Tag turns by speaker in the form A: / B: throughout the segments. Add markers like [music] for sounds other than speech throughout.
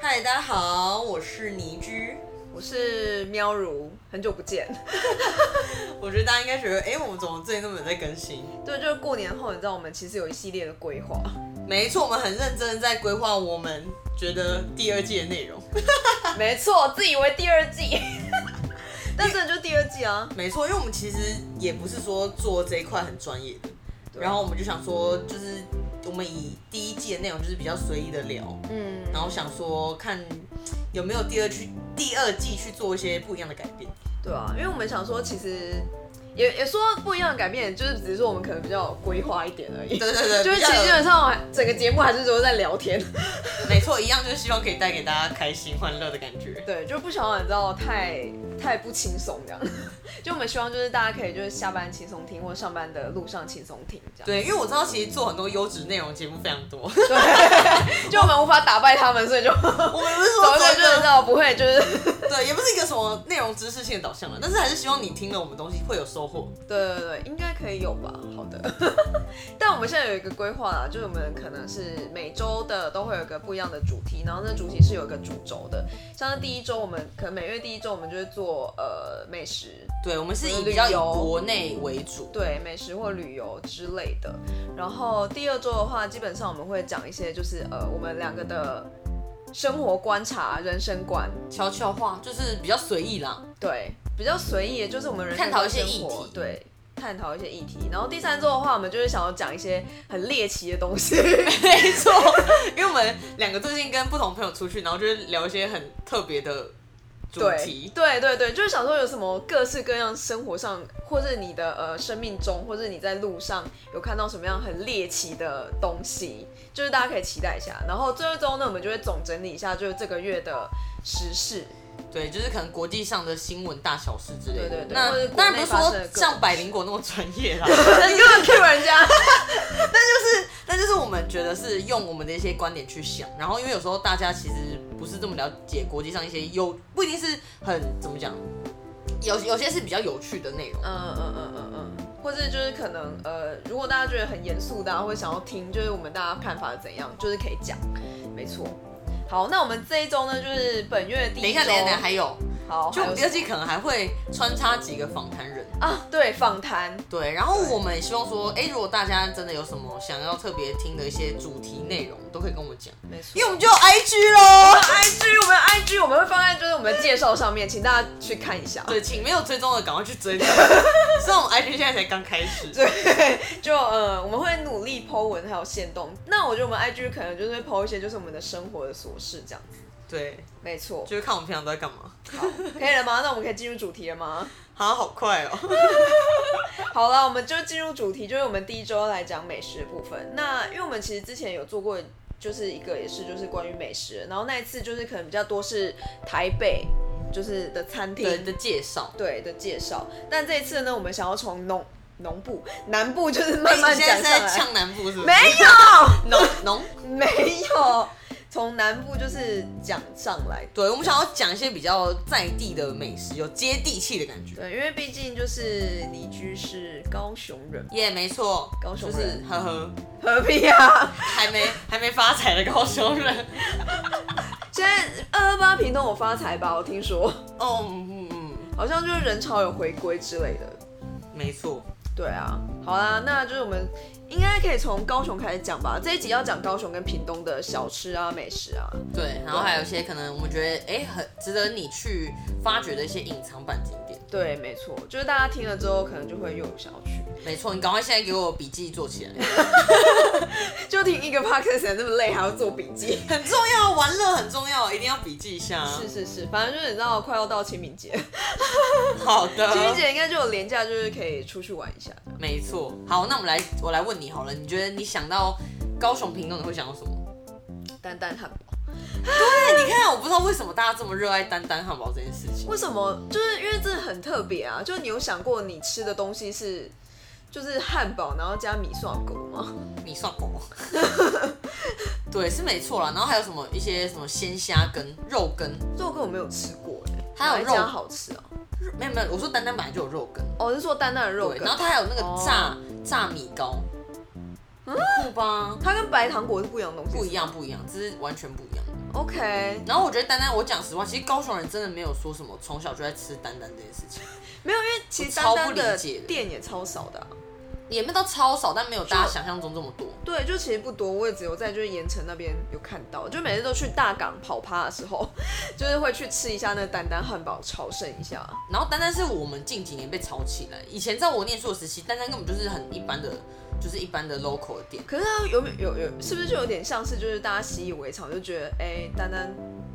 A: 大家好，我是倪居。
B: 我是喵如，很久不见。
A: [laughs]
B: [laughs]
A: 我觉得大家应该觉得，哎、我们怎么最近都没有在更新？
B: 对，就是过年后，你知道我们其实有一系列的规划， [laughs]
A: 没错，我们很认真地在规划我们觉得第二季的内容。 [laughs]
B: 没错，自以为第二季， [laughs] 但真的就第二季啊。
A: 没错，因为我们其实也不是说做这一块很专业的，然后我们就想说，就是我们以第一季的内容就是比较随意的聊，
B: 嗯，
A: 然后想说看有没有第二季第二季去做一些不一样的改变。
B: 对啊，因为我们想说，其实也也说不一样的改变，就是只是说我们可能比较有规划一点而已。
A: 对对对，
B: [laughs] 就是
A: 比
B: 其
A: 较
B: 实
A: 有
B: 基本上我还整个节目还是都在聊天，
A: 没错，一样就是希望可以带给大家开心欢乐的感觉。
B: [laughs] 对，就不想让你知道太太不轻松这样。 [laughs] 就我们希望就是大家可以就是下班轻松听，或者上班的路上轻松听 [laughs] 这样。
A: 对，因为我知道其实做很多优质内容节目非常多，
B: 对， [laughs] 就我们无法打败他们，所以就
A: 我们
B: [laughs]
A: 不是
B: 走
A: 说
B: 一
A: 做
B: 个
A: 一
B: 就是
A: 个
B: 知道不会就是。
A: 对，也不是一个什么内容知识性的导向了，但是还是希望你听了我们东西会有收获。
B: [laughs] 对对对，应该可以有吧？好的， [laughs] 但我们现在有一个规划啦，就是我们可能是每周的都会有一个不一样的主题，然后那主题是有一个主轴的，像是第一周我们可能每月第一周我们就会做呃美食，
A: 对，我们是以
B: 以
A: 比
B: 比
A: 较
B: 较
A: 以
B: 以
A: 国
B: 国
A: 内为主。
B: 对美食或旅游之类的。然后第二周的话，基本上我们会讲一些就是呃我们两个的生活观察、人生观，
A: 悄悄话就是比较随意啦，
B: 对，比较随意，就是我们人生
A: 探讨一些议
B: 生活
A: 题
B: 对，探讨一些议题。然后第三周的话，我们就是想要讲一些很猎奇的东西，
A: [laughs] 没错。因为我们两个最近跟不同朋友出去，然后就是聊一些很特别的主
B: 对
A: 题，。
B: 对对对，就是想说有什么各式各样生活上，或是你的呃生命中，或是你在路上有看到什么样很猎奇的东西，就是大家可以期待一下。然后最后一周呢，我们就会总整理一下，就是这个月的时事。 [laughs]
A: 对，就是可能国际上的新闻大小事之类的。
B: 对对对或者
A: 那
B: 是国内
A: 当然不是
B: 发
A: 说
B: 生的各种
A: 像百灵果那么专业啦，
B: 你根本 Q 人家，
A: 但就是我们觉得是用我们的一些观点去想，然后因为有时候大家其实不是这么了解国际上一些有不一定是很怎么讲，有有些是比较有趣的内容。
B: 嗯嗯嗯嗯嗯，或是就是可能呃，如果大家觉得很严肃的、啊，或者想要听，就是我们大家看法是怎样，就是可以讲，没错。好，那我们这一周呢，就是本月第
A: 等一
B: 一
A: 下，
B: 周
A: 等一下，等一下，还有，
B: 好，
A: 就我
B: 还
A: 们
B: 有
A: 第二季可能还会穿插几个访谈人，
B: 啊，对，访谈，
A: 对，然后我们也希望说，
B: [laughs]
A: 哎、如果大家真的有什么想要特别听的一些主题内容，都可以跟我们
B: [laughs]
A: 讲，
B: 没错
A: 因为我们就有 IG 喽。
B: IG 我们 IG 我们会放在就是我们的介绍上面，请大家去看一下。
A: 对，请没有追踪的赶快去
B: [laughs]
A: 追踪，虽然我们 IG 现在才刚开始，
B: 对，就呃，我们会努力 Po 文还有限动。那我觉得我们 IG 可能就是会 Po 一些就是我们的生活的琐事这样子。
A: 对，
B: 没错，
A: 就是看我们平常都在干嘛。
B: 好，可以了吗？那我们可以进入主题了吗？
A: 好，好快哦。
B: 好了，我们就进入主题，就是我们第一周来讲美食的部分。那因为我们其实之前有做过，就是一个也是就是关于美食的，然后那一次就是可能比较多是台北就是的餐厅
A: 人的介绍。
B: 对的介绍。但这一次呢，我们想要从农农部、南部，就是
A: 那
B: 慢慢
A: 你现在是
B: 讲上
A: 在
B: 来。
A: 呛南部是不是？
B: 没
A: [laughs]
B: 有，
A: 农农。
B: 没有，从南部就是讲上来。
A: 对，我们想要讲一些比较在地的美食，有接地气的感觉。
B: 对，因为毕竟就是倪居是高雄人，
A: 也、没错，
B: 高雄
A: 就是
B: 人
A: 呵呵，
B: 何必啊？ [laughs]
A: 还没还没发财的高雄人。
B: 现在二二八屏东有发财吧？我听说，
A: 哦，嗯嗯
B: 好像就是人潮有回归之类的。
A: 嗯，没错。
B: 对啊，好啦，那就是我们应该可以从高雄开始讲吧。这一集要讲高雄跟屏东的小吃啊、美食啊。
A: 对，然后还有一些可能我们觉得哎、很值得你去发掘的一些隐藏版景点。
B: 对，没错，就是大家听了之后，可能就会又有想要去，
A: 没错，你赶快现在给我笔记做起来， [laughs]
B: 就听一个 podcast 那么累，还要做笔记。
A: 很重要，玩乐很重要，一定要笔记一下。
B: 是是是，反正就是你知道，快要到清明节， [laughs]
A: 好的，
B: 清明节应该就有廉价，就是可以出去玩一下。
A: 没错，好，那我们来，我来问你好了，你觉得你想到高雄屏东，你会想到什么？
B: 丹丹汉堡，
A: 对，你看，我不知道为什么大家这么热爱丹丹汉堡这件事情。 [laughs]
B: 为什么？就是因为这很特别啊！就是你有想过你吃的东西是就是汉堡，然后加米刷狗吗？
A: 米算狗，对，是没错啦。然后还有什么一些什么鲜虾羹、肉羹，
B: 肉羹我没有吃过哎、欸，
A: 还有
B: 哪一
A: 肉
B: 家好吃啊？
A: 没有没有，我说丹丹本来就有肉羹，
B: 哦，是说丹丹的肉
A: 对，
B: 羹
A: 然，后它还有那个炸、炸米糕，很酷吧？哦
B: 它跟白糖果是不一样的东西。
A: 不一样，不一样，这是完全不一样的。
B: OK，
A: 然后我觉得丹丹，我讲实话，其实高雄人真的没有说什么从小就在吃丹丹这件事情，
B: 没有，因为其实
A: 我超
B: 单
A: 不
B: 单
A: 理
B: 的
A: 解的
B: 店也超少的啊、
A: 也没到超少，但没有大家想象中这么多。
B: 对，就其实不多，我也只有在就是盐城那边有看到，就每次都去大港跑趴的时候， [laughs] 就是会去吃一下那丹丹汉堡，朝圣一下。
A: 然后单单是我们近几年被炒起来，以前在我念书的时期，单单根本就是很一般的，就是一般的 local 的店。
B: 可是它有没有有有，是不是就有点像是就是大家习以为常，就觉得哎、丹丹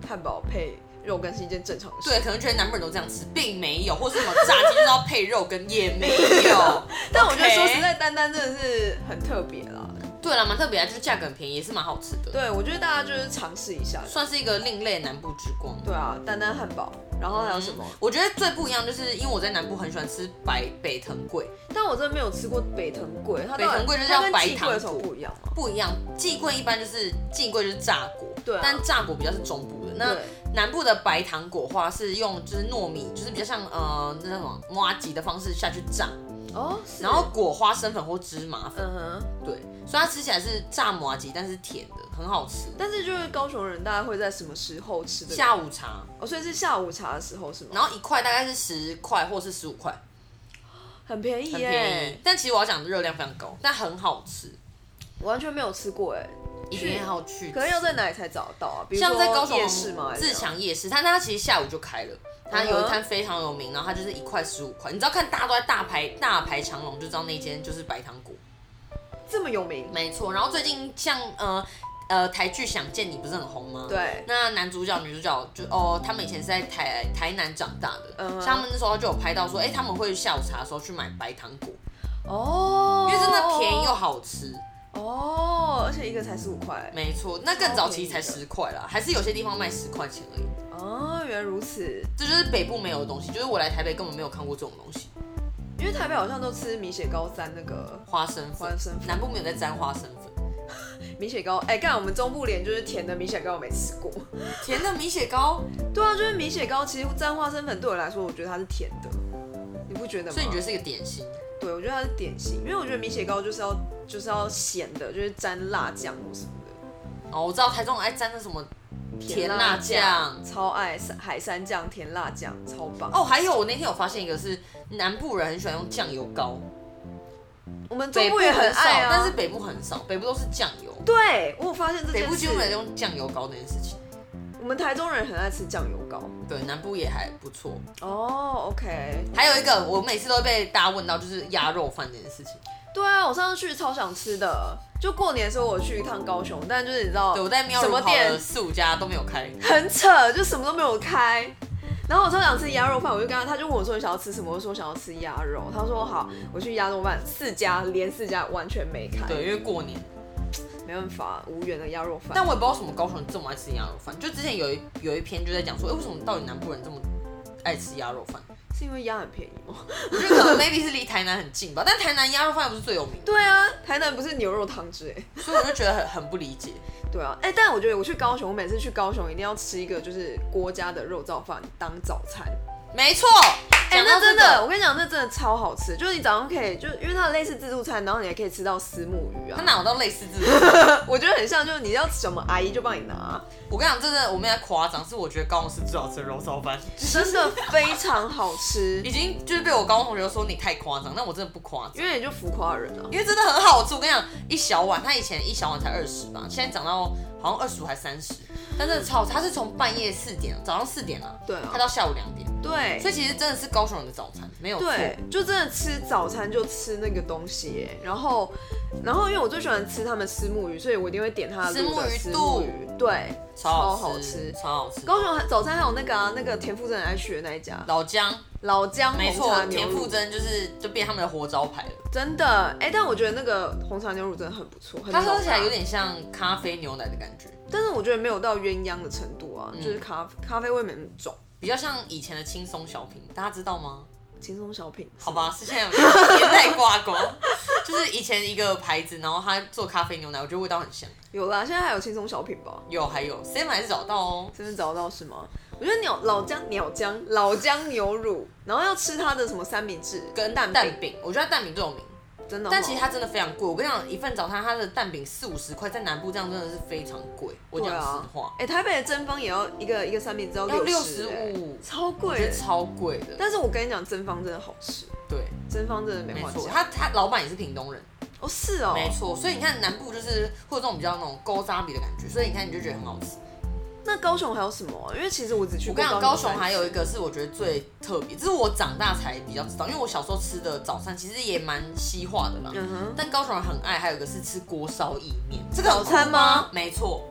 B: 汉堡配肉羹是一件正常的事。
A: 对，可能觉得南部人都这样吃，并没有，或是什么炸鸡就是要配肉羹，也没有。
B: 但我觉得
A: OK
B: 说实在，丹丹真的是很特别啦。
A: 对了，蛮特别的，啊就是价格很便宜，也是蛮好吃的，
B: 对，我觉得大家就是尝试一下。
A: 算是一个另类南部之光。嗯
B: 对啊，丹丹汉堡，然后还有什么？
A: 我觉得最不一样就是因为我在南部很喜欢吃白北藤桂，
B: 但我真的没有吃过北藤贵，它到底
A: 北藤贵就是
B: 它跟
A: 要白
B: 季贵有什
A: 糖
B: 么
A: 果
B: 不一样吗？
A: 不一样。季桂一般就是季桂就是炸果，
B: 对啊
A: 但炸果比较是中部的。那
B: 对
A: 南部的白糖果花是用就是糯米，就是比较像呃那叫什么挖吉的方式下去炸，
B: 哦，是
A: 然后裹花生粉或芝麻粉，
B: 嗯哼。
A: 对，所以它吃起来是炸麻吉，但是甜的，很好吃。
B: 但是就是高雄人，大概会在什么时候吃的？
A: 下午茶，
B: 哦，所以是下午茶的时候是吗？
A: 然后一块大概是十块或是十五块，
B: 很便宜
A: 很
B: 耶，
A: 便宜。但其实我要讲的热量非常高，但很好吃，
B: 我完全没有吃过哎，
A: 一定要去吃。
B: 可能要在哪里才找得到啊？比如
A: 像在
B: 说
A: 高雄
B: 夜市吗？还是
A: 自
B: 怎样
A: 强夜市，但它其实下午就开了。它有
B: 嗯
A: 一
B: 哼
A: 摊非常有名，然后它就是一块十五块，你知道看大家都在大排大排长龙，就知道那间就是白糖果。
B: 这么有名？
A: 没错，然后最近像呃呃台剧《想见你》不是很红吗？。
B: 对，
A: 那男主角、女主角就哦，他们以前是在台台南长大的，
B: 嗯哼
A: 像他们那时候就有拍到说，哎、他们会下午茶的时候去买白糖果，
B: 哦，
A: 嗯因为真的便宜又好吃。
B: 哦，而且一个才十五块
A: 没错，那更早期才
B: 超便
A: 十块啦，还是有些地方卖十块钱而已。
B: 哦，原来如此。
A: 这就是北部没有的东西，就是我来台北根本没有看过这种东西，
B: 因为台北好像都吃米血糕沾那个
A: 花生
B: 花
A: 粉，
B: 生粉，
A: 南部没有在沾花生粉，
B: 米血糕，哎、干我们中部连就是甜的米血糕我没吃过。
A: 甜的米血糕，
B: [laughs] 对啊，就是米血糕，其实沾花生粉对我来说，我觉得它是甜的，你不觉得吗？
A: 所以你觉得是一个点心？
B: 对，我觉得它是点心，因为我觉得米血糕就是要就是要咸的，就是沾辣酱或什么的，
A: 哦，我知道台中很爱沾那什么甜辣酱，
B: 超爱山海山酱、甜辣酱，超棒。哦，
A: 哦，还有我那天有发现一个是南部人很喜欢用酱油膏，
B: 我们中
A: 北
B: 部
A: 部
B: 也很
A: 少，
B: 爱啊，
A: 但是北部很少，北部都是酱油，
B: 对我有发现这
A: 北
B: 件
A: 部
B: 事
A: 几乎，没有用酱油膏这件事情。
B: 我们台中人很爱吃酱油膏。
A: 对，南部也还不错。
B: 哦，OK、o k
A: 还有一个，我每次都会被大家问到，就是鸭肉饭这件事情。
B: 对啊，我上次去超想吃的，就过年的时候我去一趟高雄，但就是你知道
A: 对，我在喵
B: 什
A: 如
B: 么
A: 跑了
B: 店
A: 四五家都没有开。
B: 很扯，就什么都没有开。然后我超想吃鸭肉饭，我就跟他，他就问我说你想要吃什么，我说我想要吃鸭肉，他说好，我去鸭肉饭四家连四家完全没开，
A: 对，因为过年。
B: 没办法，无缘的鸭肉饭。
A: 但我也不知道为什么高雄人这么爱吃鸭肉饭。就之前有一有一篇就在讲说，哎、为什么到底南部人这么爱吃鸭肉饭？
B: 是因为鸭很便宜吗？
A: 我觉得可能 maybe 是离台南很近吧，但台南鸭肉饭又不是最有名的，
B: 对啊，台南不是牛肉汤汁哎、
A: 所以我就觉得很很不理解。
B: 对啊，哎、但我觉得我去高雄，我每次去高雄一定要吃一个就是郭家的肉燥饭当早餐。
A: 没错，
B: 哎、
A: 讲到
B: 那
A: 这
B: 真
A: 个
B: 的，我跟你讲，那真的超好吃。就是你早上可以，就是因为它类似自助餐，然后你还可以吃到丝木鱼
A: 他
B: 啊。
A: 哪有到类似这种？ [laughs]
B: 我觉得很像，就是你要什么阿姨就帮你拿，啊
A: 我跟你讲，真的，我没在夸张，是我觉得高雄市最好吃的肉燥饭，
B: 真的非常
A: [laughs]
B: 好吃
A: 已。经就是被我高中同学说你太夸张，但我真的不夸张，
B: 因为你就浮夸的人啊，
A: 因为真的很好吃。我跟你讲，一小碗，它以前一小碗才二十吧，现在涨到好像二十五还三十，但真的超好吃，它是从半夜四点，早上四点啊，
B: 对啊
A: 它到下午两点，
B: 对
A: 所以其实真的是高雄人的早餐，没有错。
B: 对，就真的吃早餐就吃那个东西耶。然后，然后因为我最喜欢吃他们丝木鱼，所以我一定会点他的
A: 虱目
B: 卤的
A: 鱼
B: 虱
A: 肚
B: 目鱼，对，
A: 超
B: 好
A: 好吃，超好吃。
B: 高雄还早餐还有那个啊，那个田馥甄很爱去的那一家
A: 老姜，
B: 老姜
A: 没
B: 红茶
A: 错，
B: 牛
A: 田馥
B: 乳，
A: 甄就是就变他们的活招牌了。
B: 真的哎、但我觉得那个红茶牛乳真的很不错，很
A: 它喝
B: 浓
A: 起来
B: 啊
A: 有，点像咖啡牛奶的感觉，
B: 但是我觉得没有到鸳鸯的程度
A: 嗯
B: 啊，就是咖啡咖啡味没那么重，
A: 比较像以前的轻松小品，大家知道吗？
B: 轻松小品。
A: 好吧，是现在有年代挂钩， [laughs] 就是以前一个牌子，然后它做咖啡牛奶，我觉得味道很像。
B: 有啦，现在还有轻松小品吧？
A: 有还有，C 还是找到哦。
B: 真的找到是吗？我觉得鸟老姜鸟姜老姜牛乳，然后要吃它的什么三明治
A: 跟
B: 蛋
A: 蛋饼，我觉得它蛋饼最有名，
B: 真的哦。
A: 但其实它真的非常贵，我跟你讲，一份早餐它的蛋饼四五十块，在南部这样真的是非常贵。我讲
B: 对
A: 实
B: 啊
A: 话，
B: 哎、台北的蒸方也要一个一个三明治要
A: 要
B: 六哎
A: 65
B: 超
A: 我
B: 贵
A: 觉
B: 耶
A: 得。超贵的。
B: 但是我跟你讲，蒸方真的好吃，
A: 对，
B: 蒸方真的没
A: 没
B: 话
A: 错，
B: 讲。
A: 他他老板也是屏东人，
B: 哦，是哦，
A: 没错。所以你看南部就是会有这种比较那种勾扎比的感觉，所以你看你就觉得很好吃。
B: 那高雄还有什么？啊因为其实我只去
A: 我
B: 过
A: 跟你讲，高雄还有一
B: 个
A: 个是我觉得最特别，这是我长大才比较知道，因为我小时候吃的早餐其实也蛮西化的啦。
B: 嗯哼，
A: 但高雄人很爱，还有一个是吃锅烧意面，这个很
B: 早餐
A: 酷
B: 吗？
A: 没错，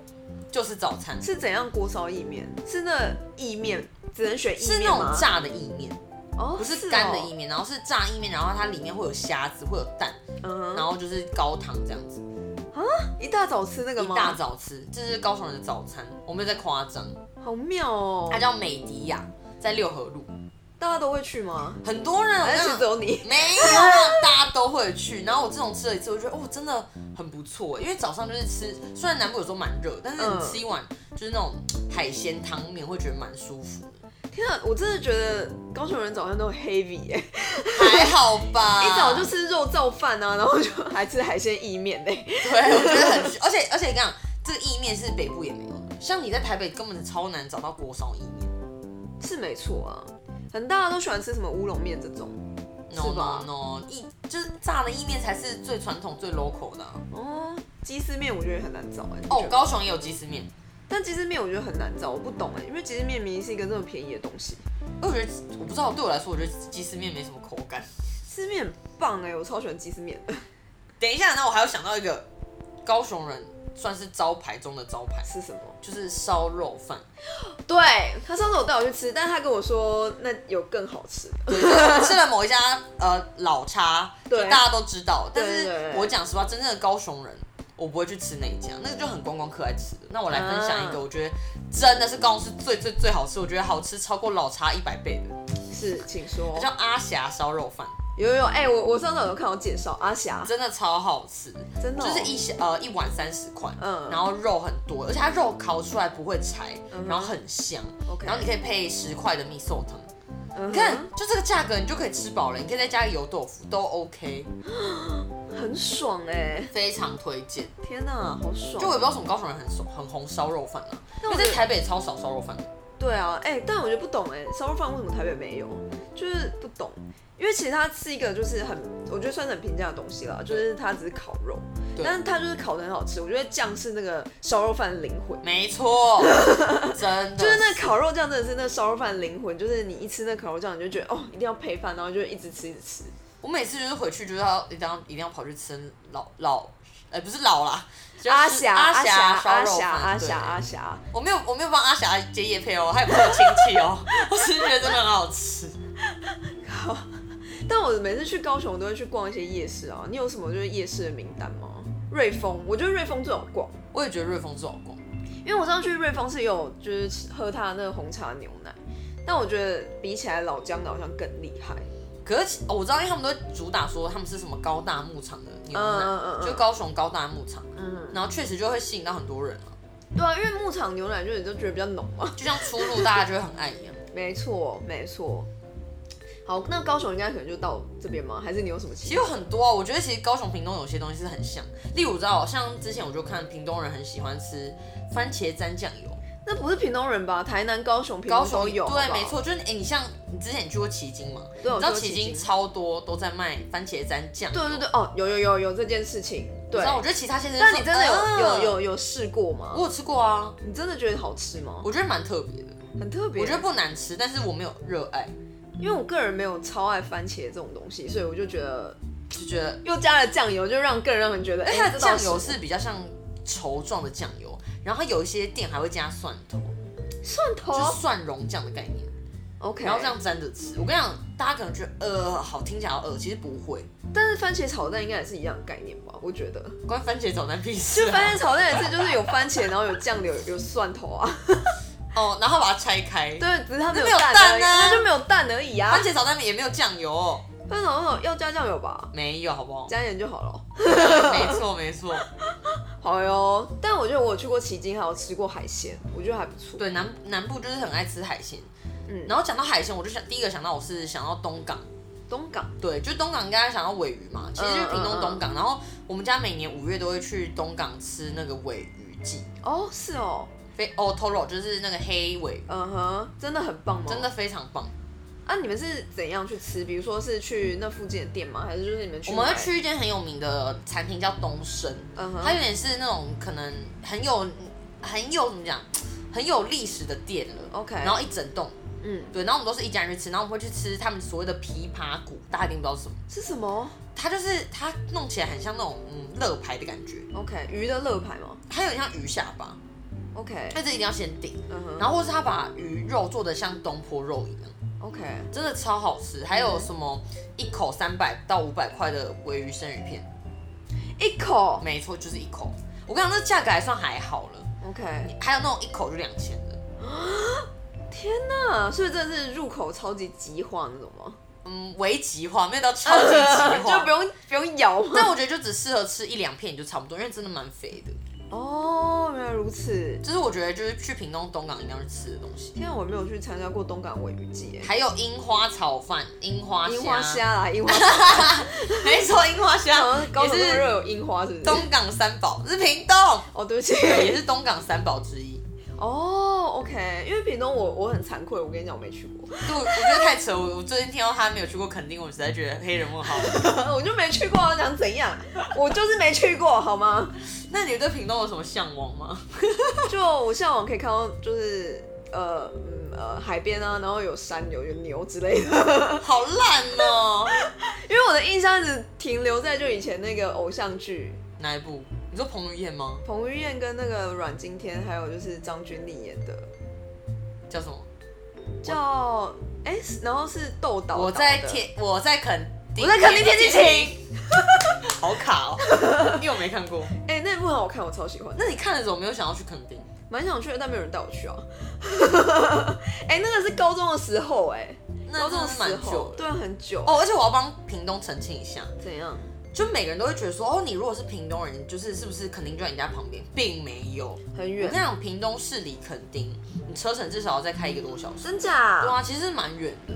A: 就是早餐，
B: 是怎样锅烧意面？是那意面只能选意
A: 是那
B: 面吗
A: 种？炸的意面，
B: 哦，
A: 不是
B: 哦
A: 干的意，面，然后是炸意面，然后它里面会有虾子，会有蛋，
B: 嗯
A: 然
B: 哼，
A: 后就是高汤这样子，
B: 一大早吃那个
A: 一
B: 吗？
A: 大早吃，这是高雄人的早餐，我没有在夸张，
B: 好妙哦
A: 它，叫美迪亚，在六合路，
B: 大家都会去吗？
A: 很多人我
B: 还
A: 跟
B: 哎是
A: 你
B: 只
A: 讲。
B: 有你？
A: 没有啦，大家都会去。然后我自从吃了一次，我就觉得哦，真的很不错。欸因为早上就是吃，虽然南部有时候蛮热，但是
B: 嗯
A: 你吃一碗就是那种海鲜汤面，会觉得蛮舒服的。
B: 天啊，我真的觉得高雄人早上都很 heavy 耶、
A: 还好吧，
B: [laughs] 一早就吃肉燥饭啊，然后就还吃海鲜意面嘞、
A: 对，我觉得很，而且而且你讲这个意面是北部也没有的，像你在台北根本超难找到锅烧意面。
B: 是没错啊。很大家都喜欢吃什么乌龙面这种
A: No
B: 是吧
A: no no，意就是炸的意面才是最传统、最 local 的啊、
B: 哦，鸡丝面我觉得也很难找哎、你觉
A: 哦
B: 得，
A: 高雄也有鸡丝面，
B: 但鸡丝面我觉得很难找，我不懂哎、因为鸡丝面明明是一个这么便宜的东西，
A: 因为我觉得我不知道，对我来说，我觉得鸡丝面没什么口感。
B: 鸡丝面很棒哎、我超喜欢鸡丝面的，
A: 等一下，那我还有想到一个高雄人算是招牌中的招牌，
B: 吃什么？
A: 就是烧肉
B: [laughs]
A: 饭。
B: 对他上次我带我去吃，但他跟我说那有更好吃的，
A: 对，就是吃了某一家呃老茶，就
B: 对
A: 大家都知道。但是
B: 对对对
A: 我讲实话，真正的高雄人，我不会去吃那一家，那个就很观光客爱吃的。那我来分享一个，
B: 啊
A: 我觉得真的是高雄市最最最好吃，我觉得好吃超过老茶一百倍的，
B: 是，请说
A: 它。叫阿霞烧肉饭，
B: 有有有，哎、我我上次有看到介绍阿霞，
A: 真的超好吃。
B: 真的哦、
A: 就是一小呃一碗三十块，
B: 嗯
A: 然后肉很多，而且它肉烤出来不会柴，
B: 哼
A: 然后很香
B: OK
A: 然后你可以配十块的蜜寿汤，
B: 嗯哼
A: 你看就这个价格你就可以吃饱了，你可以再加个油豆腐都 OK，
B: 很爽哎、
A: 非常推荐。
B: 天哪、好爽！
A: 就我也不知道为什么高雄人很熟很红烧肉饭啊，因
B: 但
A: 为
B: 嗯我觉
A: 在
B: 得
A: 台北超少烧肉饭的，
B: 对啊，哎、但我就不懂哎、烧肉饭为什么台北没有？就是不懂，因为其实它是一个就是很，我觉得算是很平价的东西啦，就是它只是烤肉，
A: 对
B: 但是它就是烤的很好吃。我觉得酱是那个烧肉饭的灵魂，
A: 没
B: [laughs]
A: 错，真的
B: 就是那个烤肉酱真的是那个烧肉饭的灵魂，就是你一吃那烤肉酱，你就觉得哦一定要配饭，然后就一直吃一直吃。
A: 我每次就是回去就是要一定要一定要跑去吃老老，呃不是老啦，就是
B: 阿霞
A: 阿
B: 霞
A: 霞烧
B: 阿
A: 肉
B: 霞
A: 饭，
B: 阿
A: 对
B: 霞阿霞，
A: 我没有，我没有帮阿霞接夜配哦，她也不是我亲戚哦， [laughs] 我只是觉得真的很好吃。
B: 但我每次去高雄都会去逛一些夜市啊，你有什么就是夜市的名单吗？瑞丰，我觉得瑞丰最好逛。
A: 我也觉得瑞丰最好逛，
B: 因为我上次去瑞丰是有就是吃喝他的那个红茶牛奶，但我觉得比起来老姜的好像更厉害。
A: 可是、哦我知道，因为他们都会主打说他们是什么高大牧场的牛奶，
B: 嗯嗯嗯嗯
A: 就高雄高大牧场，
B: 嗯，
A: 然后确实就会吸引到很多人啊，
B: 对啊，因为牧场牛奶就是你都觉得比较浓嘛。 [laughs]
A: 就像出入大家就会很爱一样。
B: 没错，没错。好，那高雄应该可能就到这边吗？还是你有什么
A: 其实
B: 其
A: 有很多啊，我觉得其实高雄屏东有些东西是很像，例如我知道，像之前我就看屏东人很喜欢吃番茄沾酱油，
B: 那不是屏东人吧？台南、高雄、屏
A: 高
B: 东都
A: 雄
B: 有，好
A: 对，
B: 不好
A: 没。错，就是哎、你像你之前你去过旗津嘛，
B: 对
A: 你
B: 我
A: 知道
B: 去过旗
A: 旗津
B: 津
A: 超多都在卖番茄沾酱油，
B: 对对对，哦，有有有有这件事情。对
A: 然，后我觉得其他先生，
B: 但你真的有、
A: 啊
B: 有，有有试过吗
A: 我？有吃过啊，
B: 你真的觉得好吃吗？
A: 我觉得蛮特别的，
B: 很特别。
A: 我觉得不难吃，但是我没有热爱，
B: 因为我个人没有超爱番茄这种东西，所以我就觉得
A: 就觉得，
B: 又加了酱油，就让更让人觉得，哎、
A: 而且它的
B: 这道
A: 酱油
B: 什么
A: 是比较像稠状的酱油，然后它有一些店还会加蒜头，
B: 蒜头
A: 就是蒜蓉酱的概念，
B: ，OK，
A: 然后这样沾着吃。我跟你讲，大家可能觉得呃好听起来好恶，其实不会，
B: 但是番茄炒蛋应该也是一样的概念吧？我觉得，
A: 关番茄炒蛋屁事、
B: 番
A: 啊。
B: 茄炒蛋也是就是有番茄，然后有酱油，有蒜头啊，
A: [laughs]
B: [laughs]
A: 哦，然后把它拆开。
B: 对，只是它没
A: 那没有
B: 蛋
A: 蛋
B: 而已，
A: 啊
B: 那就没有蛋而已啊
A: 番。茄炒蛋也没有酱油哦，
B: 番茄炒蛋要加酱油吧？
A: 没有好不好？
B: 加一点就好了。
A: [laughs] 没错没错，
B: 好哟，但我觉得我有去过奇经，还有吃过海鲜，我觉得还不错。
A: 对南南部就是很爱吃海鲜，
B: 嗯
A: 然后讲到海鲜，我就想第一个想到我是想到东港，
B: 东港，
A: 对，就东港，你刚才想到尾鱼嘛，其实就是屏东东
B: 嗯
A: 港。然后我们家每年五月都会去东港吃那个尾鱼季，
B: 哦，是哦，
A: 非哦 toro 就是那个黑尾鱼，
B: 嗯哼，真的很棒吗？
A: 真的非常棒。
B: 啊，你们是怎样去吃？比如说是去那附近的店吗？还是就是你们去？
A: 我们会，去一间很有名的餐厅叫东升，
B: 嗯哼，
A: 它有点是那种可能很有很有怎么讲，很有历史的店了。
B: 哦 OK，
A: 然后一整栋，
B: 嗯，
A: 对，然后我们都是一家人去吃，然后我们会去吃他们所谓的琵琶骨，大家一定不知道是什么。
B: 是什么
A: 它就是它弄起来很像那种嗯乐牌的感觉，
B: ？OK，鱼的乐牌吗
A: 它有点像鱼下巴，
B: ？OK，
A: 但是一定要先顶。
B: 嗯哼，
A: 然后或是它把鱼肉做的像东坡肉一样，
B: OK，
A: 真的超好吃。还有什么一口三百到五百块的尾鱼生鱼片，
B: 一口
A: 没错，就是一口。我跟你讲，这价格还算还好了。
B: ，OK，
A: 还有那种一口就两千的，
B: 那啊所以这是入口超级极化那种吗？
A: [laughs] 嗯，微极化，没有到 [laughs] 超级极
B: 就
A: 化
B: 不。用不用咬吗？
A: 但我觉得就只适合吃一两片你就差不多，因为真的蛮肥的。
B: 哦，原来如此。
A: 这是我觉得就是去屏东东港一定要去吃的东西。
B: 天啊，我没有去参加过东港尾鱼季耶，
A: 还有樱花炒饭、樱花
B: 樱花
A: 虾，
B: 虾啦，樱
A: [laughs]
B: 花虾，
A: 没错，樱花
B: 好
A: 虾
B: 像高雄那
A: 也
B: 么
A: 是
B: 热有樱花是不是？
A: 东港三宝，是屏东，
B: 哦，对不起，
A: 对也是东港三宝之一。
B: 哦，OK，因为屏东我我很惭愧，我跟你讲我没去过， [laughs]
A: 就我我觉得太扯，我我最近听到他没有去过垦丁，我实在觉得黑人问
B: [laughs]
A: 号。
B: 我就没去过，我想怎样？我就是没去过，好吗？
A: 那你对屏东有什么向往吗？
B: 就我向往可以看到，就是呃嗯呃海边啊，然后有山有有牛之类的， [laughs]
A: 好烂哦、
B: 因为我的印象一直停留在就以前那个偶像剧，
A: 哪一部？你说彭于晏吗？
B: 彭于晏跟那个阮经天，还有就是张钧甯演的，
A: 叫什么？
B: 叫哎、是然后是豆导导的，
A: 我在天，我在垦丁，
B: 我在垦丁天气晴，
A: [laughs] 好卡哦、因为我没看
B: [laughs]
A: 过。
B: 哎、那一部很好看，我超喜欢，
A: 那你看了之后没有想要去垦丁？
B: 蛮想去的，但没有人带我去啊。 [laughs] 哎、那个是高中的时候、哎，
A: 那
B: 高
A: 真
B: 中
A: 的
B: 的
A: 是蛮
B: 时候
A: 久，的。
B: 对，啊很久。
A: 哦，而且我要帮屏东澄清一下，
B: 怎样？
A: 就每个人都会觉得说，哦，你如果是屏东人，就是是不是垦丁就在你家旁边，并没有。我
B: 很远
A: 跟你？讲，屏东市离垦丁，你车程至少要再开一个多小时。
B: 真
A: 对
B: 假？
A: 啊，其实蛮远的，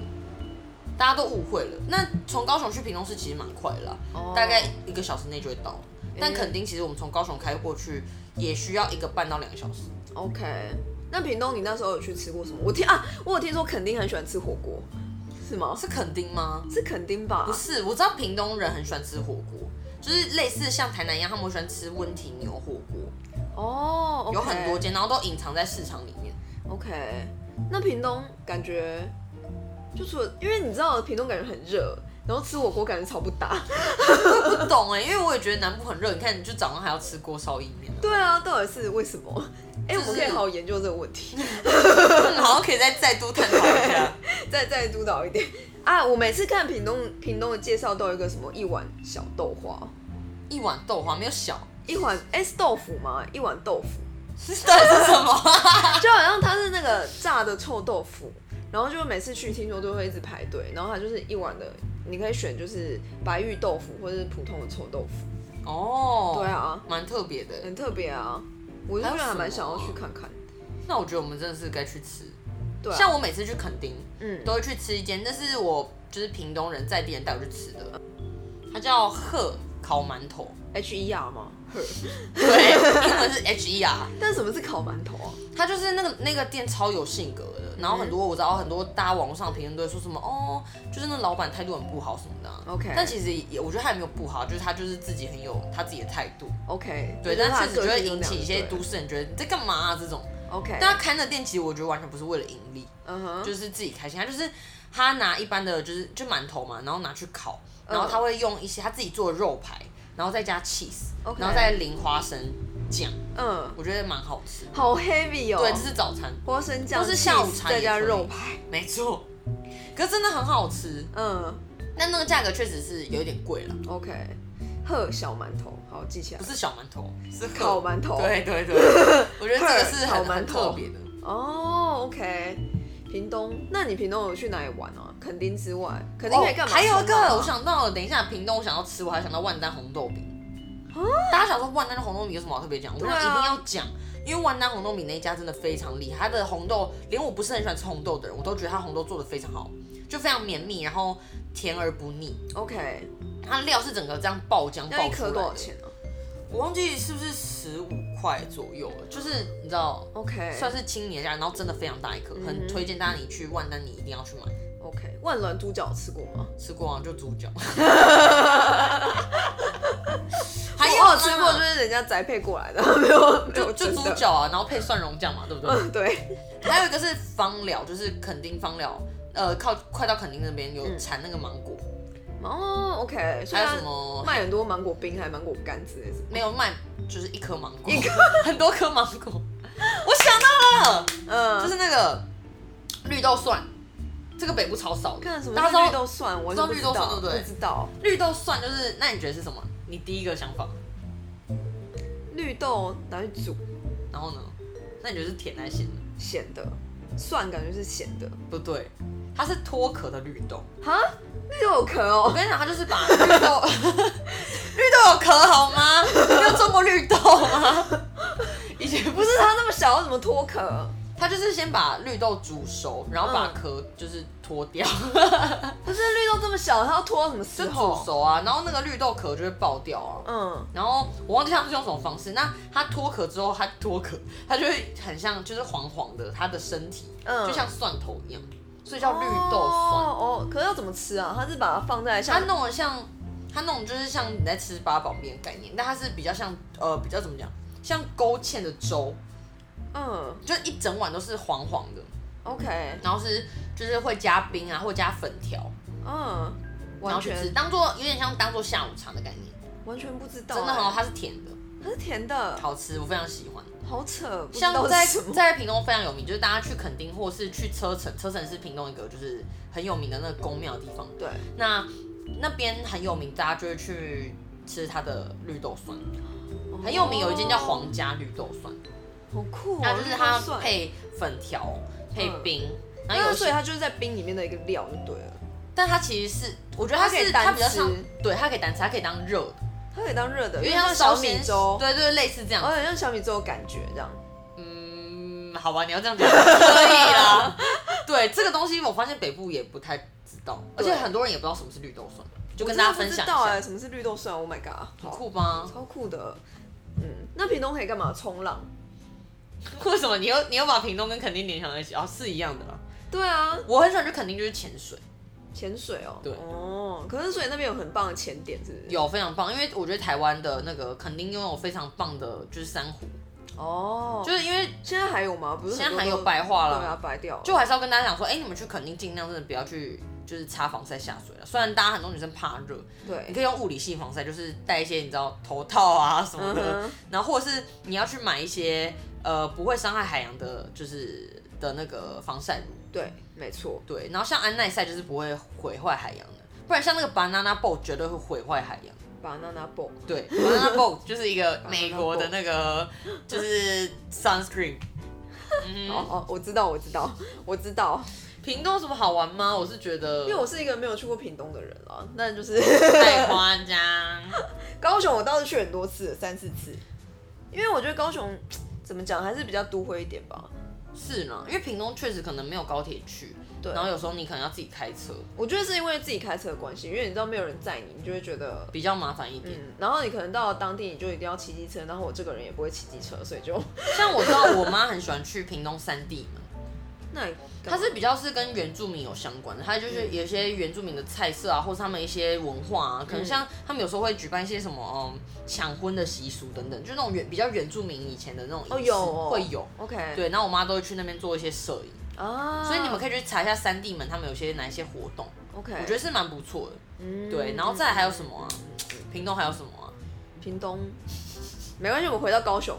A: 大家都误会了。那从高雄去屏东市其实蛮快的啦，
B: 哦嗯
A: 大概一个小时内就会到。但垦丁其实我们从高雄开过去也需要一个半到两个小时。
B: OK。那屏东，你那时候有去吃过什么？我听啊，我有听说垦丁很喜欢吃火锅，是吗？
A: 是垦丁吗？
B: 是垦丁吧
A: 不？是，我知道屏东人很喜欢吃火锅，就是类似像台南一样，他们会喜欢吃温体牛火锅，
B: 哦，OK，
A: 有很多间，然后都隐藏在市场里面。
B: OK，那屏东感觉就除了，因为你知道屏东感觉很热，然后吃火锅感觉吵不打。
A: 不懂哎、因为我也觉得南部很热，你看你就早上还要吃锅烧意面啊， [laughs]
B: 对啊，到底是为什么？哎、
A: 就是
B: 我们可以好好研究这个问题，
A: 好像可以再再度探讨一下。
B: 再再督导一点啊！我每次看屏东屏东的介绍都有一个什么一碗小豆花，
A: 一碗豆花没有小， [laughs]
B: 一碗哎、是豆腐吗？一碗豆腐，
A: 到底是什
B: 啊
A: 么？
B: 就好像它是那个炸的臭豆腐，然后就每次去听说都会一直排队，然后它就是一碗的，你可以选就是白玉豆腐或者是普通的臭豆腐。
A: 哦，
B: 对啊，
A: 蛮特别的。
B: 很特别啊，我就觉得还蛮想要
A: 啊
B: 去看看。
A: 那我觉得我们真的是该去吃。
B: 对啊，
A: 像我每次去垦丁，
B: 嗯，
A: 都会去吃一间，那是我就是屏东人在地人带我去吃的，它叫鹤烤馒头，
B: H E R 吗？
A: 对，英文是 H E R。
B: 但什么是烤馒头啊？
A: 它就是那个那个店超有性格的，然后很多我知道很多大家网络上的评论都会说什么哦，就是那老板态度很不好什么的啊、
B: OK
A: 但其实也我觉得他也没有不好，就是他就是自己很有他自己的态度，
B: OK，
A: 对，
B: 就是
A: 但确
B: 它的
A: 实
B: 个
A: 就会
B: 性
A: 引起一些
B: 就对
A: 都
B: 了
A: 市人觉得你在干嘛啊这种。
B: OK，
A: 但他开的店其实我觉得完全不是为了盈利，
B: 嗯哼，
A: 就是自己开心。他就是他拿一般的就是就馒头嘛，然后拿去烤，
B: 嗯
A: 然后他会用一些他自己做的肉排，然后再加 cheese，
B: OK
A: 然后再淋花生酱，
B: 嗯，
A: 我觉得蛮好吃。
B: 好 heavy 哦，
A: 对，这是早餐，
B: 花生酱，
A: 或是下午茶也
B: 再加
A: 可以
B: 肉排，
A: 没错。可是真的很好吃，
B: 嗯
A: 但那个价格确实是有一点贵了，
B: ，OK，鹤小馒头，好记起来
A: 不，是小馒头，哦是鹤
B: 烤馒头
A: 对对
B: [laughs]
A: 对，我觉得这个是
B: 鹤烤
A: 很
B: 哦馒
A: 蛮
B: 头
A: 特别的。
B: 哦，OK。屏东，那你屏东有去哪里玩啊？垦丁之外，垦丁可以干
A: 哦
B: 嘛？
A: 还有一
B: 冲浪啊
A: 个，我想到了，等一下屏东我想要吃，我还想到万丹红豆饼。大家想说万丹的红豆饼有什么好特别讲？我跟你讲
B: 啊对
A: 一
B: 啊
A: 定要讲，因为万丹红豆饼那一家真的非常厉害，它的红豆连我不是很喜欢吃红豆的人，我都觉得它红豆做的非常好。就非常绵密，然后甜而不腻。
B: OK，
A: 它料是整个这样爆浆爆出
B: 那
A: 来
B: 一颗
A: 的
B: 多少钱啊
A: 我忘记是不是十五块左右了，就是你知道。
B: ？OK，
A: 算是青年价，然后真的非常大一颗，
B: 嗯
A: 很推荐大家你去万丹，你一定要去买。
B: OK。万峦猪脚吃过吗？
A: 吃过啊，就猪 [laughs] 脚。
B: 我
A: 还有
B: 我
A: 啦
B: 有吃过，就是人家宅配过来的， [laughs] 没有没
A: 就
B: 有
A: 就
B: 真
A: 猪
B: 的。
A: 脚啊，然后配蒜蓉酱嘛，对不对？
B: 嗯，对，
A: 还有一个是芳疗，就是垦丁芳疗，呃，靠快到垦丁那边
B: 嗯
A: 有产那个芒果，
B: 哦，OK，所以
A: 还有
B: 它
A: 什么
B: 卖很多芒果冰还是芒果干之类的。
A: 没有卖，就是一颗芒果，很多颗芒果。我想到了，
B: 嗯，
A: 就是那个绿豆蒜，这个北部超少的。
B: 看什
A: 大家
B: 么
A: 知道
B: 是绿豆蒜，我
A: 知道
B: 是不
A: 绿豆蒜对不对
B: 不知道
A: 绿豆蒜就是，那你觉得是什么？你第一个想法，
B: 绿豆拿去煮
A: 然后呢？那你觉得是甜还是咸的？
B: 咸的，蒜感觉是咸的。
A: 不对，它是脱壳的绿豆。
B: 哈，绿豆有壳
A: 我
B: 哦， [laughs]
A: 跟你讲，它就是把绿豆， [laughs] 绿豆有壳好吗？你有种过绿豆吗？以前不
B: 不
A: 是，
B: 是它那么小，它怎么脱壳？
A: 它就是先把绿豆煮熟，然后把
B: 嗯
A: 壳就是脱掉，
B: 不是绿豆这么小，它要脱到什么
A: 就
B: 时
A: 煮
B: 候？
A: 熟啊，然后那个绿豆壳就会爆掉啊。
B: 嗯，
A: 然后我忘记他们是用什么方式。那它脱壳之后，它脱壳，它就会很像就是黄黄的，它的身体、
B: 嗯
A: 就像蒜头一样，所以叫绿豆蒜。
B: 哦哦，可是要怎么吃啊？它是把它放在
A: 它
B: 像
A: 弄得像，它弄得就是像你在吃八宝面的概念，但它是比较像呃比较怎么讲，像勾芡的粥，
B: 嗯
A: 就一整碗都是黄黄的，
B: ，OK，
A: 然后是就是会加冰啊，或加粉条，
B: 嗯，
A: 然
B: 完
A: 后去吃，
B: 全
A: 当做有点像当做下午茶的概念，
B: 完全不知道、欸
A: 真的哦很好，，它是甜的，
B: 它是甜的，
A: 好吃，我非常喜欢。
B: 好扯，不知
A: 像
B: 道
A: 在
B: 是什么
A: 在屏东非常有名，就是大家去垦丁或是去车城，车城是屏东一个就是很有名的那个宫庙的地方，
B: 对，
A: 那那边很有名，大家就会去吃它的绿豆蒜。很有名，有一间叫
B: 哦，
A: 皇家绿豆蒜，
B: 好酷哦，
A: 它就是
B: 绿豆
A: 它
B: 蒜，
A: 配粉条、配冰，然后
B: 那
A: 有
B: 啊所以
A: 些，
B: 它就是在冰里面的一个料就对了，
A: 但它其实是，我觉得它
B: 它可以
A: 是
B: 单
A: 它比较像
B: 吃，
A: 对，它可以单吃，它可以当热的，
B: 它可以当热的，
A: 有
B: 因
A: 点
B: 为
A: 像
B: 像
A: 烧
B: 小
A: 仙
B: 米粥，
A: 对对，类似这样
B: 哦，。很像小米粥的感觉这样，
A: 嗯，好吧，你要这样讲可以啦。 [laughs] 对这个东西，我发现北部也不太知道，而且
B: 对
A: 很多人也不知道什么是绿豆蒜，就
B: 我
A: 跟
B: 真
A: 大家
B: 的不
A: 分
B: 知
A: 享一
B: 道
A: 下，
B: 哎、什么是绿豆蒜？Oh my god，
A: 很
B: 好
A: 酷吗？
B: 超酷的，嗯，那屏东可以干嘛？冲浪？
A: [laughs] 为什么你又你又把屏东跟垦丁联想在一起？哦，是一样的啦。
B: 对啊，
A: 我很喜欢去垦丁，就是潜水。
B: 潜水哦，
A: 对
B: 哦，可是所以那边有很棒的潜点，是不是？
A: 有非常棒，因为我觉得台湾的那个肯定拥有非常棒的，就是珊瑚，
B: 哦，
A: 就是因为
B: 现在还有吗？不是
A: 现在
B: 很
A: 还
B: 多
A: 有
B: 都
A: 白化
B: 对
A: 了，
B: 啊，白掉了。
A: 就还是要跟大家讲说，哎、你们去肯定尽量真的不要去，就是擦防晒下水了。虽然大家很多女生怕热，你 [laughs]
B: 对，
A: 可以用物理性防晒，就是戴一些你知道头套啊什么
B: 嗯
A: 的，
B: 哼，
A: 然后或者是你要去买一些呃不会伤害海洋的，就是的那个防晒乳，
B: 对，没错，
A: 对。然后像安耐晒就是不会毁坏海洋的，不然像那个 banana boat 绝对会毁坏海洋。
B: banana boat。
A: 对，Banana Boat 就是一个美国的那个就是 sunscreen。嗯
B: 哦哦，我知道，我知道，我知道，
A: 屏东有什么好玩吗？我是觉得，
B: 因为我是一个没有去过屏东的人啊。那就是
A: 太夸张。
B: 高雄，我倒是去很多次了，三四次。因为我觉得高雄怎么讲，还是比较都会一点吧。
A: [laughs] 是呢，因为屏东确实可能没有高铁去，
B: 对
A: 然后有时候你可能要自己开车，
B: 我觉得是因为自己开车的关系，因为你知道没有人载你，你就会觉得
A: 比较麻烦一点。
B: 嗯，然后你可能到了当地，你就一定要骑机车，然后我这个人也不会骑机车，所
A: [laughs]
B: 以就
A: 像我知道我妈很喜欢去屏东三地嘛，
B: 那你干
A: 它
B: 嘛
A: 是比较是跟原住民有相关的，它就是
B: 嗯
A: 有一些原住民的菜色啊，或是他们一些文化啊，可能像他们有时候会举办一些什么嗯抢婚的习俗等等，就那种原比较原住民以前的那种仪式
B: 哦有哦
A: 会有。
B: OK
A: 对，然后我妈都会去那边做一些摄影，
B: 啊，
A: 所以你们可以去查一下三地门他们有些哪一些活动，
B: OK，
A: 我觉得是蛮不错的。
B: 嗯
A: 对，然后再来还有什么啊？屏东还有什么啊？
B: 屏东， [laughs] 没关系，我们回到
A: [laughs]
B: 高雄。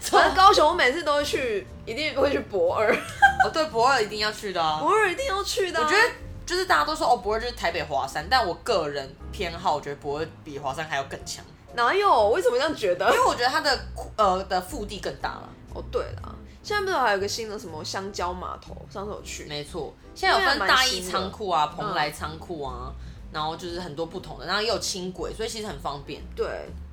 B: 反正高雄，我每次都会去，一定会去博
A: [laughs]
B: 尔，
A: 哦，对，博尔一定要去的啊。
B: 博尔一定要去的啊、
A: 我觉得就是大家都说哦，博尔就是台北华山，但我个人偏好，我觉得博尔比华山还要更强，
B: 哪有？为什么这样觉得
A: 因？为我觉得它的呃的腹地更大了。
B: 哦，对了，现在不是还有个新的什么香蕉码头？上次有去，
A: 没错，现在有分大义仓库啊、
B: 的嗯
A: 蓬莱仓库啊，然后就是很多不同的，然后也有轻轨，所以其实很方便。
B: 对。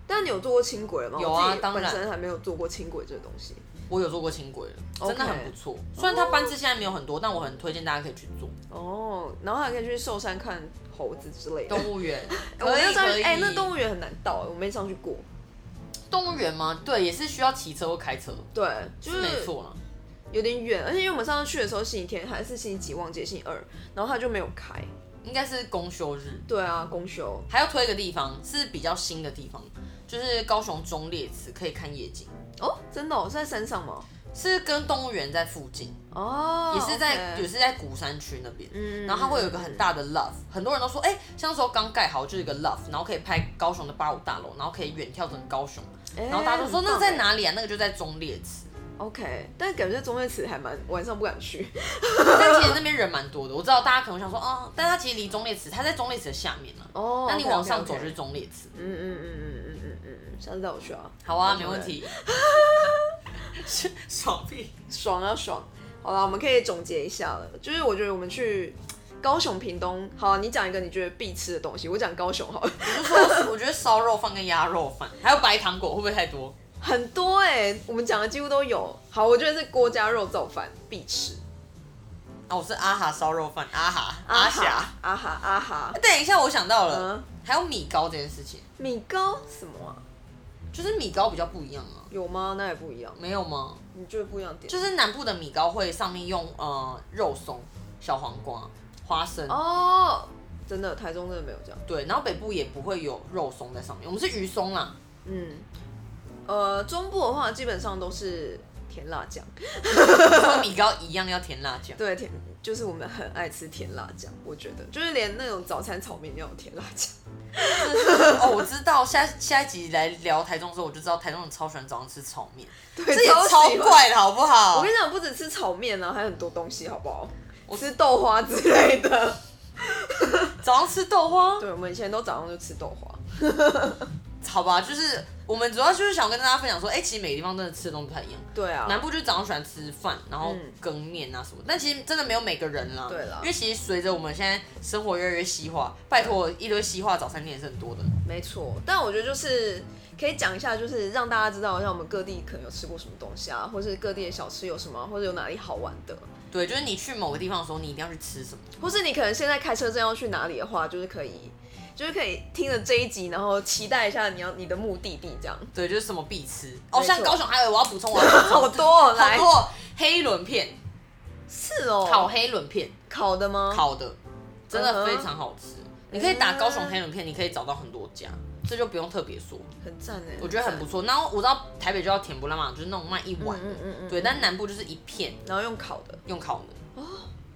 B: 但你有坐过轻轨了吗？
A: 有啊
B: 我自己
A: 当然
B: 本身还没有坐过轻轨这个东西。
A: 我有坐过轻轨了，真的
B: OK
A: 很不错。虽然它班次现在没有很多，但我很推荐大家可以去坐
B: 哦，然后还可以去寿山看猴子之类的。
A: 动物 [laughs] 园。
B: 我
A: 可
B: 那
A: 以
B: 上
A: 可
B: 去
A: 以，
B: 哎、那动物园很难到、我没上去过。
A: 动物园吗？对，也是需要骑车或开车，
B: 对，就是是
A: 没错啦。
B: 有点远，而且因为我们上次去的时候星期天还是星期几忘记了星期二，然后它就没有开。
A: 应该是公休日。
B: 对啊，公休。
A: 还要推一个地方是比较新的地方，就是高雄中烈祠可以看夜景，
B: 哦，真的、哦、是在山上吗？
A: 是跟动物园在附近，
B: 哦，
A: 也是在
B: OK
A: 也是在鼓山区那边。
B: 嗯
A: 然后它会有一个很大的 love，很多人都说，哎、像那时候刚盖好就是一个 love，然后可以拍高雄的八五大楼，然后可以远眺整个高雄，
B: 哎
A: 然后大家都说
B: 很棒
A: 那在
B: 哎
A: 哪里啊？那个就在中烈祠，
B: ？OK，但感觉中间池还蛮晚上不敢去。
A: 但其实那边人蛮多的，我知道大家可能想说，啊，但它其实离中烈祠，它在中烈祠的下面啊，
B: 哦，
A: 那你
B: OK，OK，OK
A: 往上走就是中烈祠，
B: 嗯嗯嗯嗯嗯嗯嗯嗯，下次带我去啊，
A: 好啊，
B: 好
A: 没问题，
B: [laughs]
A: 爽屁。
B: 爽啊爽。好啦，我们可以总结一下了，就是我觉得我们去高雄、屏东，好、你讲一个你觉得必吃的东西，我讲高雄好了， [laughs]
A: 我就说，我觉得烧肉饭跟鸭肉饭，还有白糖果会不会太多？
B: 很多哎、我们讲的几乎都有。好，我觉得是郭家肉燥饭必吃，
A: 啊，我是阿哈烧肉饭，阿哈阿霞。
B: 哈啊哈啊哈，
A: [laughs] 等一下，我想到了，
B: 嗯，
A: 还有米糕这件事情，
B: 米糕什么啊？
A: 就是米糕比较不一样啊，
B: 有吗？那也不一样，
A: 没有吗？
B: 你觉得不一样点？
A: 就是南部的米糕会上面用呃肉松、小黄瓜、花生，
B: 哦，真的，台中真的没有这样。
A: 对，然后北部也不会有肉松在上面，我们是鱼松啦，
B: 嗯，呃，中部的话基本上都是甜辣酱，
A: 跟米糕一样要甜辣酱。
B: 对，甜就是我们很爱吃甜辣酱，我觉得就是连那种早餐炒面都有甜辣
A: [laughs]
B: 酱。
A: 哦，我知道，下下一集来聊台中的时候，我就知道台中人超喜欢早上吃炒面，
B: 对，
A: 这也
B: 超喜
A: 超
B: 欢。
A: 怪的好不好？
B: 我跟你讲，不止吃炒面啊，还有很多东西，好不好？我吃豆花之类的。
A: 早上吃豆花，
B: 对，我们以前都早上就吃豆花。
A: 好吧，就是我们主要就是想跟大家分享说，哎、其实每个地方真的吃的东西不太一样。
B: 对啊，
A: 南部就是早上喜欢吃饭，然后
B: 嗯
A: 羹面啊什么，但其实真的没有每个人啦。
B: 对啦
A: 因为其实随着我们现在生活越来越西化，拜托一堆西化早餐店也是很多的。
B: 没错，但我觉得就是可以讲一下，就是让大家知道，像我们各地可能有吃过什么东西啊，或是各地的小吃有什么啊，或者有哪里好玩的，
A: 对，就是你去某个地方的时候，你一定要去吃什么。
B: 或是你可能现在开车正要去哪里的话，就是可以，就是可以听着这一集，然后期待一下你要你的目的地这样。
A: 对，就是什么必吃。哦，
B: 没错
A: 像高雄还有我要补充，我要补充
B: [laughs] 好多哦，
A: 好
B: 来
A: 多哦黑轮片，
B: 是哦，
A: 烤黑轮片，
B: 烤的吗？
A: 烤的真
B: 嗯哼
A: 的非常好吃。你可以打高雄黑轮片，你可以找到很多家，这就不用特别说。
B: 很赞哎，
A: 我觉得很不错。然后我知道台北就要甜不辣嘛，就是那种卖一碗的，
B: 嗯嗯嗯嗯
A: 对。但南部就是一片
B: 赞，然后用烤的，
A: 用烤的，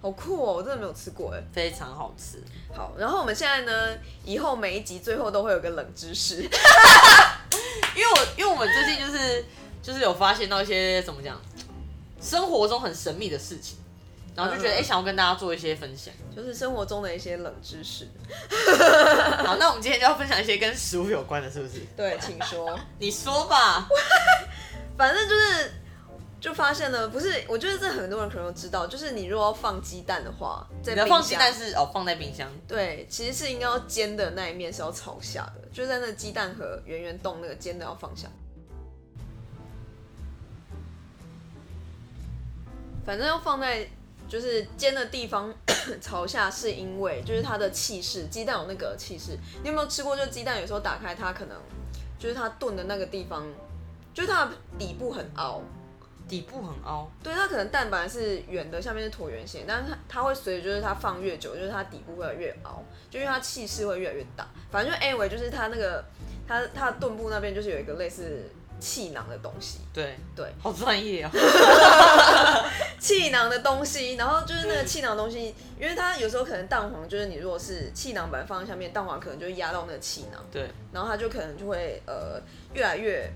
B: 好酷哦，我真的没有吃过哎。
A: 非常好吃。
B: 好，然后我们现在呢，以后每一集最后都会有个冷知识，
A: 因
B: [laughs]
A: 为我因为我们最近就是就是有发现到一些怎么讲，生活中很神秘的事情，然后就觉得
B: 嗯
A: 哎、诶想要跟大家做一些分享。 [laughs]
B: 就是生活中的一些冷知识。
A: 好，那我们今天就要分享一些跟食物有关的，是不是？
B: 对，请说。
A: [laughs]
B: [laughs]
A: 你说吧。
B: 反正就是就发现了，不是，我觉得这很多人可能都知道，就是你如果要放鸡蛋的话，在
A: 你
B: 冰
A: 的
B: 箱
A: 放鸡蛋是哦放在冰箱，
B: 对，其实是应该要煎的那一面是要朝下的，就在那鸡蛋盒圆圆洞那个煎的要放下。反正要放在就是煎的地方 [coughs] 朝下，是因为就是它的气势，鸡蛋有那个气势。你有没有吃过？就鸡蛋有时候打开它，可能就是它炖的那个地方，就是它的底部很凹，
A: 底部很凹，
B: 对，它可能蛋白是圆的，下面是椭圆形，但是它它会随着就是它放越久，就是它底部会越凹，就因为它气势会越来越大。反正就 anyway，就是它那个它它的盾部那边就是有一个类似气囊的东西，
A: 对
B: 对，
A: 好专业 [laughs] 哦。
B: 气囊的东西，然后就是那个气囊的东西，因为它有时候可能蛋黄就是你如果是气囊板放在下面，蛋黄可能就会压到那个气囊，
A: 对，
B: 然后它就可能就会呃越来越，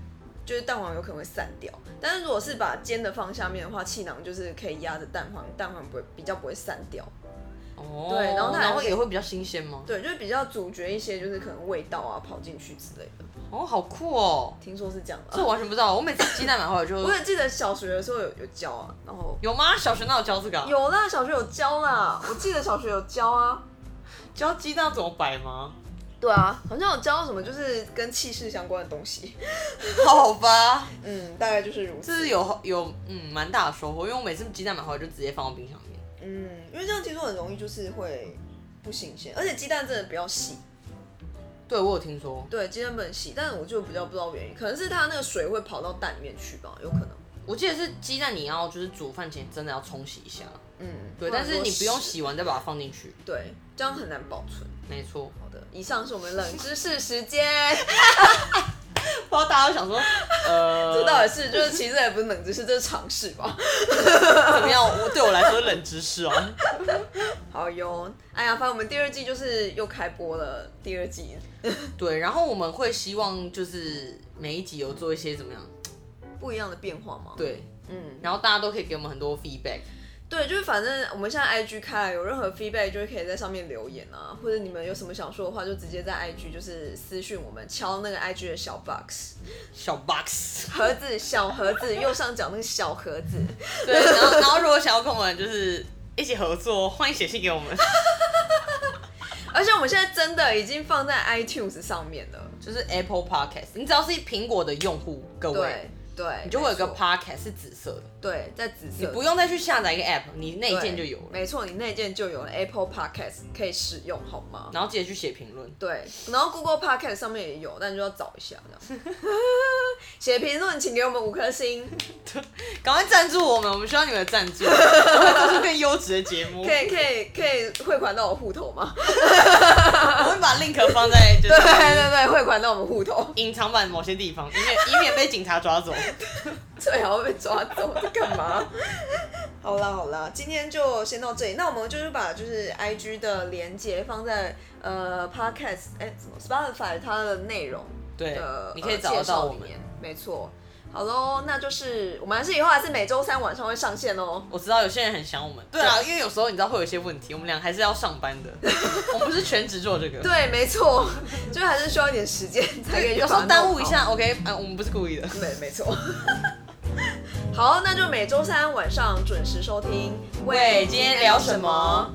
B: 就是蛋黄有可能会散掉。但是如果是把煎的放下面的话，气囊就是可以压着蛋黄，蛋黄不会比较不会散掉。
A: 哦，
B: 对然后它还
A: 然后
B: 会
A: 也会比较新鲜吗？
B: 对，就是比较阻绝一些，就是可能味道啊跑进去之类的。
A: 哦，好酷哦。
B: 听说是这样
A: 这
B: 的。
A: 我完全不知道，我每次鸡蛋买回来就
B: 我也记得小学的时候有有教啊，然后
A: 有吗？小学那有教这个、啊？
B: 有 [laughs] 啦，小学有教啦，我记得小学有教啊。
A: 教鸡蛋怎么摆吗？
B: 对啊，好像有教到什么就是跟气势相关的东西。
A: [laughs] 好吧，
B: [laughs] 嗯，大概就是如
A: 这
B: 此。
A: 是有有嗯蛮大的收获，因为我每次鸡蛋买回来就直接放到冰箱里面。
B: 嗯，因为这样听说很容易就是会不新鲜，而且鸡蛋真的比较细。
A: 对我有听说，
B: 对，鸡蛋不能洗，但我就比较不知道原因，可能是它那个水会跑到蛋里面去吧，有可能。
A: 我记得是鸡蛋你要就是煮饭前真的要冲洗一下，
B: 嗯，
A: 对，
B: 不然
A: 但是
B: 多
A: 你不用
B: 屎，
A: 洗完再把它放进去，
B: 对，这样很难保存。
A: 没错。
B: 好的，以上是我们冷知识时间，
A: 不知道大家会想说，呃，
B: [laughs] 这到底是就是其实也不是冷知识，这是常识吧？
A: 怎么样？我对我来说冷知识哦。
B: 好哟，哎呀，反正我们第二季就是又开播了，第二季
A: [laughs] 对，然后我们会希望就是每一集有做一些怎么样？
B: 不一样的变化嘛。，
A: 对，
B: 嗯，
A: 然后大家都可以给我们很多 feedback。
B: 对，就是反正我们现在 IG 开了，有任何 feedback 就是可以在上面留言啊，或者你们有什么想说的话，就直接在 IG 就是私讯我们，敲那个 IG 的小 box
A: 小 [laughs] box，
B: 盒子，小盒子右上角那个小盒子。
A: 对，然后然后如果想要跟我们就是一起合作，欢迎写信给我们，
B: 而且我们现在真的已经放在 iTunes 上面了，
A: 就是 Apple Podcast，你只要是苹果的用户，各位
B: 对。对，
A: 你就会有个
B: 没错
A: podcast 是紫色的，
B: 对，在紫色
A: 你
B: 的，
A: 不用再去下载一个 app，你那一
B: 对
A: 件就有了。
B: 没错，你那件就有了 Apple Podcast 可以使用，好吗？
A: 然后记得去写评论，
B: 对，然后 Google Podcast 上面也有，但就要找一下这样。 [laughs] 写评论请给我们五
A: [laughs]
B: 颗星，
A: 赶快赞助我们，我们需要你们的赞助，我 [laughs] 们做出更优质的节目。
B: 可以可以可以汇款到我户头吗？ [laughs]
A: 我会把 link 放在就
B: 对
A: 是
B: 对对，汇款到我们户头，
A: 隐藏版某些地方，以免以免被警察抓走。
B: 最好被抓走，在干嘛？ [laughs] 好啦好啦，今天就先到这里。那我们就是把就是 I G 的连接放在呃 Podcast 哎、什么 Spotify 它的内容
A: 对
B: 的，
A: 你可以
B: 呃
A: 找得
B: 介绍
A: 到我
B: 里
A: 们。
B: 面没错。好喽，那就是我们还是以后还是每周三晚上会上线哦。
A: 我知道有些人很想我们，对啊，因为有时候你知道会有一些问题，我们俩还是要上班
B: [laughs]
A: 的，我们不是全职做这个，
B: 对，没错， [laughs] 就是还是需要一点时间才可以去
A: 有时
B: 把
A: 候
B: 它
A: 耽 [laughs]
B: 弄
A: 误一
B: 好。
A: 下，OK，啊，我们不是故意的，
B: 没没 [laughs] 错。好，那就每周三晚上准时收听。
A: 喂今天聊什么？